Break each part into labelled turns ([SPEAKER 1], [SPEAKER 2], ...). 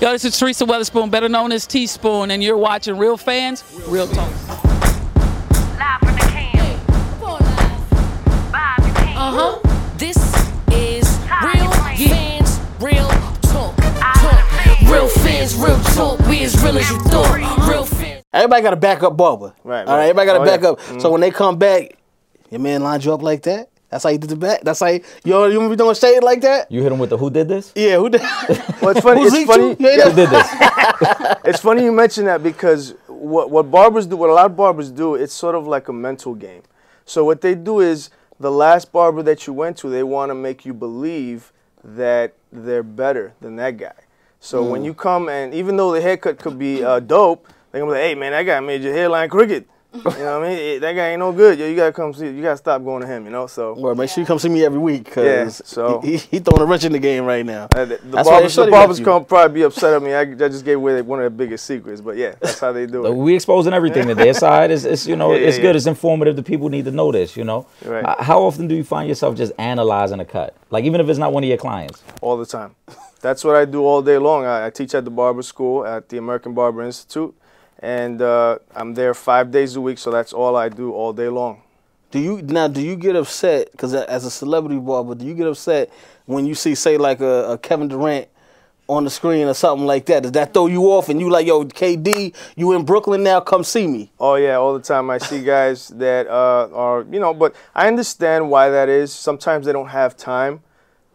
[SPEAKER 1] Yo, this is Teresa Weatherspoon, better known as Teaspoon, and you're watching Real Fans, Real Talk.
[SPEAKER 2] Live from the camp. Bob Duquesne.
[SPEAKER 3] Uh huh. This is real
[SPEAKER 2] Yeah.
[SPEAKER 3] fans, real talk.
[SPEAKER 2] I
[SPEAKER 3] talk. Real fans, real talk. We as real as you thought. Real fans.
[SPEAKER 4] Everybody got to back up Barber.
[SPEAKER 5] Right,
[SPEAKER 4] All
[SPEAKER 5] right.
[SPEAKER 4] right. Everybody got to
[SPEAKER 5] Oh,
[SPEAKER 4] back
[SPEAKER 5] yeah.
[SPEAKER 4] up. So when they come back, your man lined you up like that. That's how you did the back. That's how you, yo, you be doing shade like that.
[SPEAKER 6] You hit him with the who did this?
[SPEAKER 4] Yeah. Who did?
[SPEAKER 5] Well, it's funny.
[SPEAKER 4] Who's
[SPEAKER 5] It's
[SPEAKER 4] leaked
[SPEAKER 5] funny.
[SPEAKER 4] you? Yeah,
[SPEAKER 6] Who did this?
[SPEAKER 5] It's funny you mention that because what what barbers do, what a lot of barbers do, it's sort of like a mental game. So what they do is the last barber that you went to, they want to make you believe that they're better than that guy. So
[SPEAKER 4] Mm.
[SPEAKER 5] when you come and even though the haircut could be uh, dope, they're gonna be like, "Hey man, that guy made your hairline crooked." You know what I mean? Eh, that guy ain't no good. Yo, you gotta come see. You gotta stop going to him. You know. So
[SPEAKER 4] Well, make sure you come see me every week
[SPEAKER 5] Yeah,
[SPEAKER 4] because
[SPEAKER 5] so-
[SPEAKER 4] he, he throwing a wrench in the game right now.
[SPEAKER 5] Uh, the, the
[SPEAKER 4] That's why they
[SPEAKER 5] barbers, the
[SPEAKER 4] should've left
[SPEAKER 5] barbers
[SPEAKER 4] you.
[SPEAKER 5] gonna probably be upset at me. I, I just gave away one of their biggest secrets, but yeah, that's how they do it.
[SPEAKER 6] we exposing everything today. It's all right. It's, it's you know,
[SPEAKER 5] Yeah, yeah,
[SPEAKER 6] it's good.
[SPEAKER 5] yeah.
[SPEAKER 6] It's informative. The people need to know this, you know.
[SPEAKER 5] Right.
[SPEAKER 6] Uh, how often do you find yourself just analyzing a cut? Like even if it's not one of your clients.
[SPEAKER 5] all the time. That's what I do all day long. I, I teach at the barber school at the American Barber Institute, and uh, I'm there five days a week, so that's all I do all day long.
[SPEAKER 4] Do you now? Do you get upset? Because as a celebrity barber, do you get upset when you see, say, like a, a Kevin Durant on the screen or something like that? Does that throw you off? And you like, yo, KD, you in Brooklyn now? Come see me.
[SPEAKER 5] Oh yeah, all the time. I see guys that uh, are you know, but I understand why that is. Sometimes they don't have time.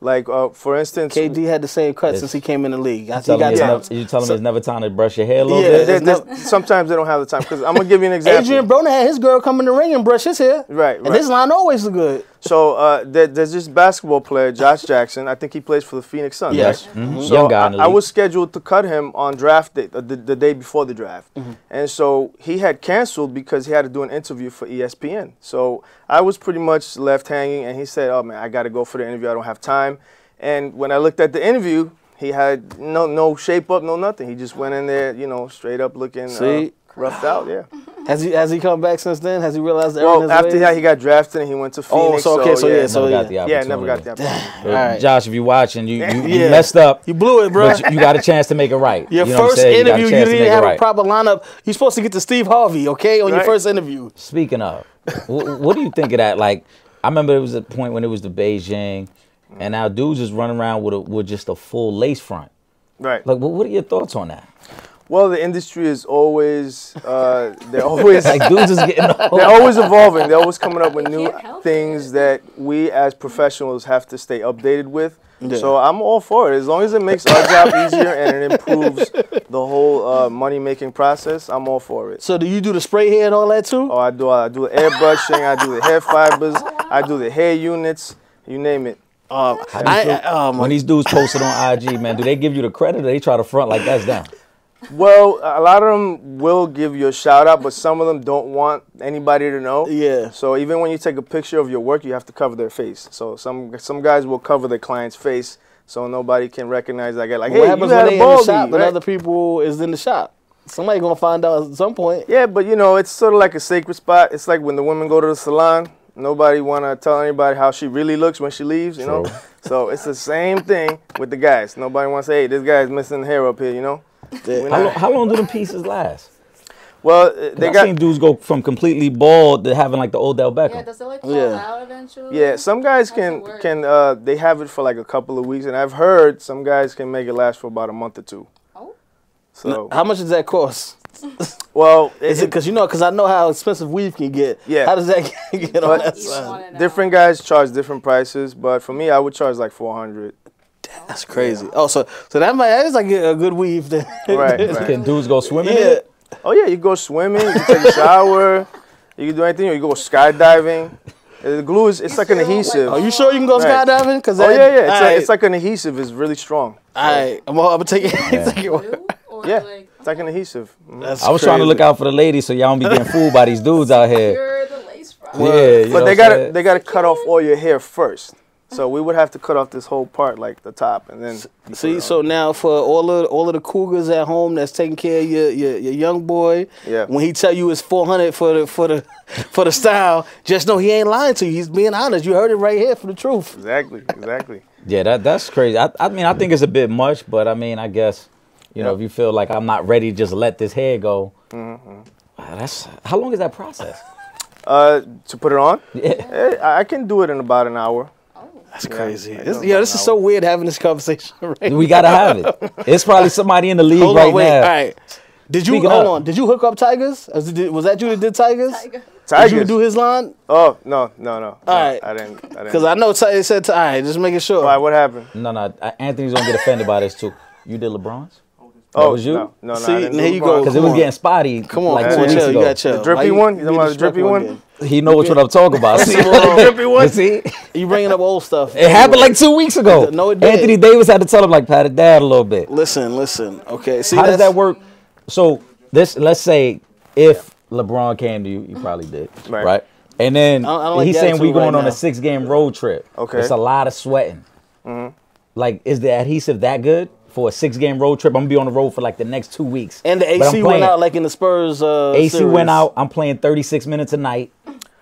[SPEAKER 5] Like uh, for instance,
[SPEAKER 4] KD had the same cut since he came in the league. I
[SPEAKER 6] Tell
[SPEAKER 4] think he
[SPEAKER 6] me it's
[SPEAKER 4] got
[SPEAKER 6] never, you tell them it's never time to brush your hair a little
[SPEAKER 4] Yeah,
[SPEAKER 5] they-
[SPEAKER 6] bit.
[SPEAKER 5] they-
[SPEAKER 4] it's
[SPEAKER 5] they-
[SPEAKER 4] not-
[SPEAKER 5] sometimes they don't have the time. Because I'm gonna give you an example.
[SPEAKER 4] Adrian Broner had his girl come in the ring and brush his hair.
[SPEAKER 5] Right,
[SPEAKER 4] And
[SPEAKER 5] right.
[SPEAKER 4] this line always look good.
[SPEAKER 5] So uh, there, there's this basketball player, Josh Jackson. I think he plays for the Phoenix Suns.
[SPEAKER 4] Yes.
[SPEAKER 5] right?
[SPEAKER 6] Mhm.
[SPEAKER 5] So
[SPEAKER 6] Young guy
[SPEAKER 5] I-
[SPEAKER 6] in the
[SPEAKER 5] I,
[SPEAKER 6] league.
[SPEAKER 5] was scheduled to cut him on draft day, uh, the, the day before the draft,
[SPEAKER 4] Mm-hmm.
[SPEAKER 5] and so he had canceled because he had to do an interview for E ESPN. So I was pretty much left hanging, and he said, "Oh man, I got to go for the interview. I don't have time." And when I looked at the interview, he had no no shape up, no nothing. He just went in there, you know, straight up looking
[SPEAKER 4] See?
[SPEAKER 5] Uh, roughed out. Yeah.
[SPEAKER 4] Has he has he come back since then? Has he realized that?
[SPEAKER 5] Well, after that, he got drafted, and he went to
[SPEAKER 4] Oh,
[SPEAKER 5] Phoenix.
[SPEAKER 4] so okay, so yeah, so
[SPEAKER 6] Never got
[SPEAKER 4] yeah.
[SPEAKER 6] the
[SPEAKER 5] yeah, never got
[SPEAKER 6] opportunity.
[SPEAKER 5] that. opportunity.
[SPEAKER 6] Uh,
[SPEAKER 4] Alright.
[SPEAKER 6] Josh, if you're watching, you, you, you
[SPEAKER 4] Yeah.
[SPEAKER 6] messed up.
[SPEAKER 4] You blew it, bro.
[SPEAKER 6] But you, you got a chance to make it right.
[SPEAKER 4] Your
[SPEAKER 6] You know what I'm
[SPEAKER 4] first
[SPEAKER 6] saying? You got a
[SPEAKER 4] interview, you,
[SPEAKER 6] chance to
[SPEAKER 4] didn't
[SPEAKER 6] make it
[SPEAKER 4] have
[SPEAKER 6] right.
[SPEAKER 4] a proper lineup. You're supposed to get to Steve Harvey, okay, on your
[SPEAKER 5] Right.
[SPEAKER 4] first interview.
[SPEAKER 6] Speaking of, wh- what do you think of that? Like, I remember it was a point when it was the Beijing, and our dudes was running around with a, with just a full lace front.
[SPEAKER 5] Right.
[SPEAKER 6] Like, what, what are your thoughts on that?
[SPEAKER 5] Well, the industry is always uh, they're always
[SPEAKER 6] Like, dudes is getting
[SPEAKER 5] they're
[SPEAKER 6] old.
[SPEAKER 5] always evolving. They're always coming up with new
[SPEAKER 3] can't help
[SPEAKER 5] things that we as professionals have to stay updated with. So I'm all for it as long as it makes our job easier and it improves the whole uh, money making process. I'm all for it.
[SPEAKER 4] So do you do the spray hair and all that too?
[SPEAKER 5] Oh, I do I do the airbrushing. I do the hair fibers. I do the hair units. You name it.
[SPEAKER 4] Uh, I, I, oh my
[SPEAKER 6] When these dudes posted on IG, man, do they give you the credit or they try to front like that's them?
[SPEAKER 5] Well, a lot of them will give you a shout out, but some of them don't want anybody to know.
[SPEAKER 4] Yeah.
[SPEAKER 5] So even when you take a picture of your work, you have to cover their face. So some some guys will cover their client's face so nobody can recognize that guy. Like,
[SPEAKER 4] what
[SPEAKER 5] hey, you
[SPEAKER 4] happens
[SPEAKER 5] had
[SPEAKER 4] when
[SPEAKER 5] a
[SPEAKER 4] they in the
[SPEAKER 5] bald
[SPEAKER 4] shop
[SPEAKER 5] lead,
[SPEAKER 4] and
[SPEAKER 5] right?
[SPEAKER 4] other people is in the shop? Somebody gonna find out at some point.
[SPEAKER 5] Yeah, but you know, it's sort of like a sacred spot. It's like when the women go to the salon, nobody want to tell anybody how she really looks when she leaves, you know?
[SPEAKER 6] True.
[SPEAKER 5] So it's the same thing with the guys. Nobody wants to say, hey, this guy's missing hair up here, you know? We're
[SPEAKER 6] How,
[SPEAKER 5] not-
[SPEAKER 6] lo- how long do them pieces last?
[SPEAKER 5] well, uh, they
[SPEAKER 6] I've
[SPEAKER 5] got
[SPEAKER 6] seen dudes go from completely bald to having like the old Del Beckham.
[SPEAKER 7] Yeah, does it like fall
[SPEAKER 4] Yeah.
[SPEAKER 7] out eventually?
[SPEAKER 5] Yeah, some guys
[SPEAKER 7] How does it
[SPEAKER 5] can
[SPEAKER 7] work?
[SPEAKER 5] can uh, they have it for like a couple of weeks, and I've heard some guys can make it last for about a month or two.
[SPEAKER 7] Oh.
[SPEAKER 5] So
[SPEAKER 4] How much does that cost?
[SPEAKER 5] well,
[SPEAKER 4] Is it because you know? Because I know how expensive weave can get.
[SPEAKER 5] Yeah.
[SPEAKER 4] How does that get on
[SPEAKER 5] But-
[SPEAKER 4] that
[SPEAKER 7] You
[SPEAKER 4] side?
[SPEAKER 7] wanna know.
[SPEAKER 5] different guys charge different prices, but for me, I would charge like four hundred.
[SPEAKER 4] That's crazy. Oh, so so that might that is like a a good weave then.
[SPEAKER 5] Right, right.
[SPEAKER 6] Can dudes go swimming? in
[SPEAKER 4] yeah.
[SPEAKER 6] it?
[SPEAKER 5] Oh yeah, you go swimming, you take a shower, you can do anything, or you go skydiving. Uh, The glue is it's like an
[SPEAKER 7] feel like-
[SPEAKER 5] adhesive.
[SPEAKER 4] Are you sure you can go
[SPEAKER 5] Right.
[SPEAKER 4] skydiving? Cause
[SPEAKER 5] Oh
[SPEAKER 4] that-
[SPEAKER 5] yeah, yeah. It's,
[SPEAKER 4] Alright,
[SPEAKER 5] like, it's like an adhesive. It's really strong.
[SPEAKER 4] alright, I'm all- I'm gonna take it. take it.
[SPEAKER 7] Blue or
[SPEAKER 5] Yeah,
[SPEAKER 7] like
[SPEAKER 5] it's like an adhesive. Mhm.
[SPEAKER 4] That's
[SPEAKER 6] I was trying to
[SPEAKER 4] crazy.
[SPEAKER 6] look out for the ladies so y'all don't be getting fooled by these dudes out here.
[SPEAKER 7] you're the lace front.
[SPEAKER 6] Yeah, you know
[SPEAKER 5] but they
[SPEAKER 6] what
[SPEAKER 5] gotta
[SPEAKER 6] I'm saying?
[SPEAKER 5] they gotta cut off all your hair first. So we would have to cut off this whole part, like the top, and then
[SPEAKER 4] See, so now for all of all of the cougars at home that's taking care of your your, your young boy,
[SPEAKER 5] Yeah.
[SPEAKER 4] when he tell you it's four hundred for the for the for the style, just know he ain't lying to you. He's being honest. You heard it right here for the truth.
[SPEAKER 5] exactly, exactly.
[SPEAKER 6] Yeah, that that's crazy. I, I mean, I think it's a bit much, but I mean, I guess You know, if you feel like I'm not ready, to just let this hair go.
[SPEAKER 5] Mm-hmm.
[SPEAKER 6] Wow, that's how long is that process?
[SPEAKER 5] Uh, to put it on,
[SPEAKER 6] Yeah.
[SPEAKER 5] Eh, I I can do it in about an hour.
[SPEAKER 4] That's crazy.
[SPEAKER 5] I
[SPEAKER 4] This,
[SPEAKER 5] know
[SPEAKER 4] yeah,
[SPEAKER 5] about
[SPEAKER 4] this is
[SPEAKER 5] an
[SPEAKER 4] so weird having this conversation right
[SPEAKER 6] we gotta have it. It's probably somebody in the league
[SPEAKER 4] Hold
[SPEAKER 6] right
[SPEAKER 4] on, wait.
[SPEAKER 6] now.
[SPEAKER 4] All right. Did you
[SPEAKER 6] Speaking
[SPEAKER 4] hold
[SPEAKER 6] of-
[SPEAKER 4] on? Did you hook up Tigers? Was, it- was that you that did Tigers? Did you
[SPEAKER 5] Tigers.
[SPEAKER 4] do his line?
[SPEAKER 5] oh no, no, no. no,
[SPEAKER 4] Alright.
[SPEAKER 5] I didn't. I didn't.
[SPEAKER 4] Because I know Ti- it said Ti- all right, Just making sure.
[SPEAKER 5] Why? What happened?
[SPEAKER 6] No, no, I- Anthony's gonna get offended by this too. You did LeBron's?
[SPEAKER 5] Oh,
[SPEAKER 6] was you?
[SPEAKER 5] No, no, no I
[SPEAKER 4] See,
[SPEAKER 5] didn't
[SPEAKER 4] there
[SPEAKER 5] do
[SPEAKER 4] you go.
[SPEAKER 5] LeBron.
[SPEAKER 6] Because it was
[SPEAKER 4] on.
[SPEAKER 6] getting spotty.
[SPEAKER 4] Come on,
[SPEAKER 6] like
[SPEAKER 4] come on,
[SPEAKER 6] two weeks
[SPEAKER 4] chill. You
[SPEAKER 6] ago.
[SPEAKER 4] got chill.
[SPEAKER 5] The drippy
[SPEAKER 4] Why you-
[SPEAKER 5] one? You
[SPEAKER 4] you
[SPEAKER 5] talking about the
[SPEAKER 4] disrespectful
[SPEAKER 5] drippy one?
[SPEAKER 4] again?
[SPEAKER 6] He know what I'm talking about. See,
[SPEAKER 5] drippy one?
[SPEAKER 6] see,
[SPEAKER 4] You bringing up old stuff?
[SPEAKER 6] it happened like two weeks ago.
[SPEAKER 4] No, it did.
[SPEAKER 6] Anthony Davis had to tell him like pat it down a little bit.
[SPEAKER 4] Listen, listen. Okay. See,
[SPEAKER 6] How does
[SPEAKER 4] that's-
[SPEAKER 6] that work? So this, let's say, if LeBron came to you, you probably did,
[SPEAKER 5] Right.
[SPEAKER 6] right? And then
[SPEAKER 4] I don't- I don't like
[SPEAKER 6] he's
[SPEAKER 4] the
[SPEAKER 6] saying we
[SPEAKER 4] attitude right
[SPEAKER 6] going on
[SPEAKER 4] now.
[SPEAKER 6] a six game road trip.
[SPEAKER 5] Okay.
[SPEAKER 6] it's a lot of sweating.
[SPEAKER 4] Mm-hmm.
[SPEAKER 6] Like, is the adhesive that good for a six game road trip? I'm gonna be on the road for like the next two weeks.
[SPEAKER 4] And the
[SPEAKER 6] But I'm
[SPEAKER 4] AC went
[SPEAKER 6] playing.
[SPEAKER 4] out like in the Spurs. Uh,
[SPEAKER 6] AC
[SPEAKER 4] series.
[SPEAKER 6] went out. I'm playing 36 minutes a night.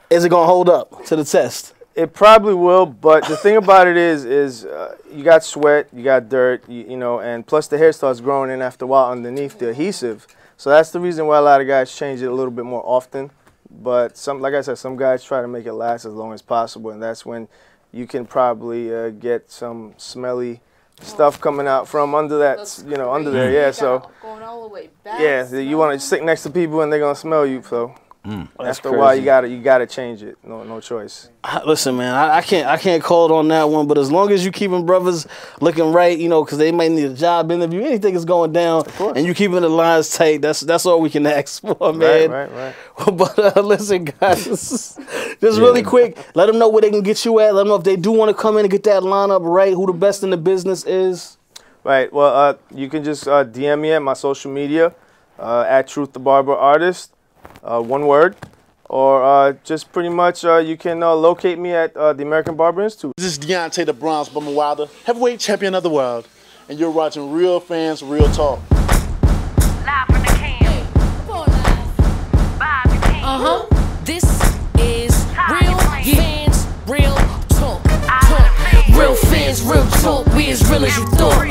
[SPEAKER 4] Is it gonna hold up to the test?
[SPEAKER 5] It probably will, but the thing about it is, is uh, you got sweat, you got dirt, you, you know, and plus the hair starts growing in after a while underneath the adhesive. So that's the reason why a lot of guys change it a little bit more often. But some, like I said, some guys try to make it last as long as possible, and that's when you can probably uh, get some smelly stuff coming out from under that,
[SPEAKER 7] That's
[SPEAKER 5] you know, under
[SPEAKER 7] crazy.
[SPEAKER 5] there. Yeah,
[SPEAKER 7] You
[SPEAKER 5] so
[SPEAKER 7] gotta- Going all the way back.
[SPEAKER 5] yeah, you want to sit next to people and they're gonna smell you. So
[SPEAKER 4] Oh, That's
[SPEAKER 5] after a while,
[SPEAKER 4] crazy.
[SPEAKER 5] you gotta you gotta change it. No, no choice.
[SPEAKER 4] I- Listen, man, I, I can't I can't call it on that one. But as long as you keeping brothers looking right, you know, because they might need a job interview, anything is going down, and you keeping the lines tight. That's that's all we can ask for, man.
[SPEAKER 5] Right, right, right.
[SPEAKER 4] but uh, listen, guys, this is- just really quick, let them know where they can get you at. Let them know if they do want to come in and get that lineup right. Who the best in the business is?
[SPEAKER 5] Right. Well, uh, you can just uh, DM me at my social media uh, at Truth the Barber Artist, uh, one word, or uh, just pretty much uh, you can uh, locate me at uh, the American Barber Institute.
[SPEAKER 8] This is Deontay the Bronze Bummer Wilder, heavyweight champion of the world, and you're watching Real Fans Real Talk.
[SPEAKER 2] Live from the camp. Bob Buchanan.
[SPEAKER 3] Uh huh. This is real fans, real talk.
[SPEAKER 2] I love
[SPEAKER 3] talk.
[SPEAKER 2] fans.
[SPEAKER 3] Real fans, real talk. We as real as you thought.